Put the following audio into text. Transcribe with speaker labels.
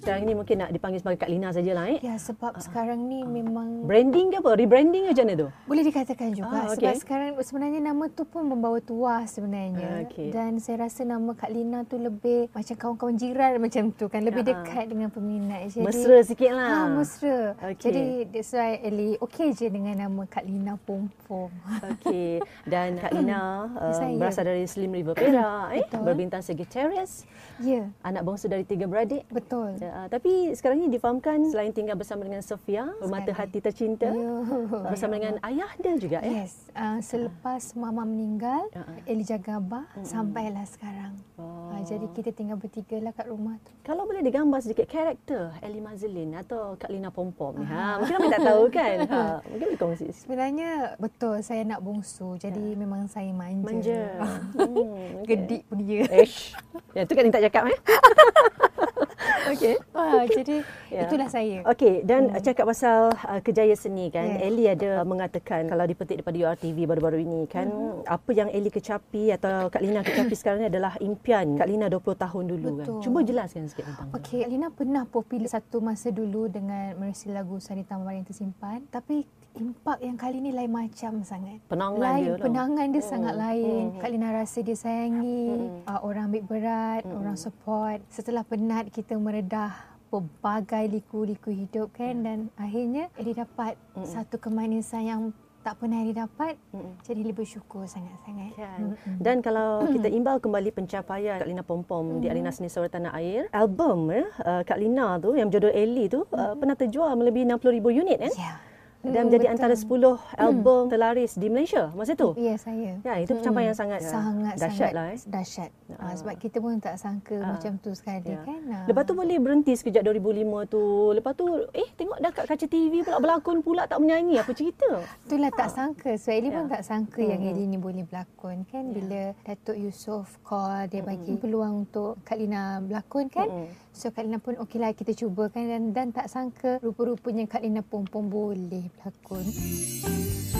Speaker 1: sekarang ni mungkin nak dipanggil sebagai Kak Lina sajalah eh.
Speaker 2: Ya sebab uh, sekarang
Speaker 1: Ah.
Speaker 2: ni memang
Speaker 1: Branding ke apa? Rebranding ke macam mana tu?
Speaker 2: boleh dikatakan juga
Speaker 1: Ah, okey.
Speaker 2: ah, okay. sebab sekarang sebenarnya nama tu pun membawa tuah
Speaker 1: Ah,
Speaker 2: sebenarnya
Speaker 1: okey.
Speaker 2: dan saya rasa nama Kak Lina tu lebih macam kawan-kawan jiran macam tu kan lebih
Speaker 1: Ah, ah.
Speaker 2: dekat dengan peminat jadi
Speaker 1: Mesra sikit lah.
Speaker 2: Ah, mesra.
Speaker 1: Okey.
Speaker 2: Okay. Jadi that's why Ellie okey je dengan nama Kak Lina Pompom.
Speaker 1: Okey. Dan Kak Lina um,
Speaker 2: Saya.
Speaker 1: berasal dari Slim River Perak eh.
Speaker 2: Betul.
Speaker 1: Berbintang segi teres.
Speaker 2: Ya, yeah,
Speaker 1: Anak bongsu dari tiga beradik.
Speaker 2: betul. Ya.
Speaker 1: Uh, tapi sekarang ni difahamkan selain tinggal bersama dengan Sofia, mata
Speaker 2: Sekali. Hmm.
Speaker 1: hati tercinta, eh, bersama dengan ayah dia juga eh.
Speaker 2: Ya. Yes, uh, selepas mama meninggal,
Speaker 1: Ah, ah.
Speaker 2: Ellie jaga abah sampailah sekarang.
Speaker 1: Oh.
Speaker 2: Ah, jadi kita tinggal bertiga lah kat rumah tu.
Speaker 1: Kalau boleh digambar sedikit karakter Ellie Mazlin atau Kak Lina Pompom ni. Ha,
Speaker 2: Ah.
Speaker 1: mungkin orang tak tahu kan. Ha, mungkin boleh kongsi.
Speaker 2: Sebenarnya betul saya nak bongsu. Jadi memang saya
Speaker 1: Ya.
Speaker 2: manja.
Speaker 1: Manja. Hmm, okey.
Speaker 2: Gedik pun dia.
Speaker 1: Ish. Ya, tu kan yang tak cakap eh. Okey.
Speaker 2: Ah, jadi
Speaker 1: Ya.
Speaker 2: itulah saya.
Speaker 1: Okey, dan hmm. cakap pasal uh, kejaya seni kan,
Speaker 2: Yes.
Speaker 1: Ellie ada mengatakan kalau dipetik daripada URTV baru-baru ini kan, hmm.
Speaker 2: Mm-hmm.
Speaker 1: apa yang Ellie kecapi atau Kak Lina kecapi sekarang ni adalah impian Kak Lina 20 tahun dulu kan.
Speaker 2: Betul.
Speaker 1: Cuba jelaskan sikit tentang tu.
Speaker 2: Okey, Alina pernah popular satu masa dulu dengan merisi lagu Sanita Mawar yang tersimpan. Tapi impak yang kali ni lain macam sangat.
Speaker 1: Penangan
Speaker 2: lain,
Speaker 1: dia
Speaker 2: penangan dia sangat
Speaker 1: Hmm,
Speaker 2: lain.
Speaker 1: hmm.
Speaker 2: Kak Lina rasa dia sayangi, uh, orang ambil berat,
Speaker 1: Hmm,
Speaker 2: orang support. Setelah penat kita meredah pelbagai liku-liku hidup
Speaker 1: Hmm.
Speaker 2: kan dan akhirnya dia dapat satu kemanisan yang tak pernah dia dapat.
Speaker 1: Mm-mm.
Speaker 2: Jadi dia bersyukur sangat-sangat. Hmm.
Speaker 1: Kan.
Speaker 2: Mm-mm.
Speaker 1: Dan kalau kita imbau kembali pencapaian Kak Lina Pompom di Arena Seni Suara Tanah Air, album ya, uh, Kak Lina tu yang berjudul Ellie tu uh, pernah terjual melebihi 60,000 unit kan?
Speaker 2: Ya.
Speaker 1: Dan
Speaker 2: Mm,
Speaker 1: menjadi
Speaker 2: betul.
Speaker 1: antara 10 album terlaris di Malaysia masa tu.
Speaker 2: Ya, saya.
Speaker 1: Ya, itu pencapaian sangat uh,
Speaker 2: sangat
Speaker 1: dahsyat
Speaker 2: sangat
Speaker 1: lah eh.
Speaker 2: dahsyat.
Speaker 1: Ah.
Speaker 2: Ha, sebab kita pun tak sangka
Speaker 1: Ah.
Speaker 2: macam tu sekali
Speaker 1: Ya.
Speaker 2: kan. Ha.
Speaker 1: Lepas tu boleh berhenti sekejap 2005 tu. Lepas tu eh tengok dah kat kaca TV pula berlakon pula tak menyanyi apa cerita.
Speaker 2: itulah tak sangka. So Ellie pun
Speaker 1: Ya.
Speaker 2: tak sangka yang Ellie ni boleh berlakon
Speaker 1: Ya.
Speaker 2: kan
Speaker 1: Hmm.
Speaker 2: bila Datuk Yusof call dia bagi peluang untuk Kak Lina berlakon kan.
Speaker 1: Mm-mm.
Speaker 2: So Kak Lina pun okeylah kita cuba kan dan, dan tak sangka rupa-rupanya Kak Lina pun pun boleh berlakon.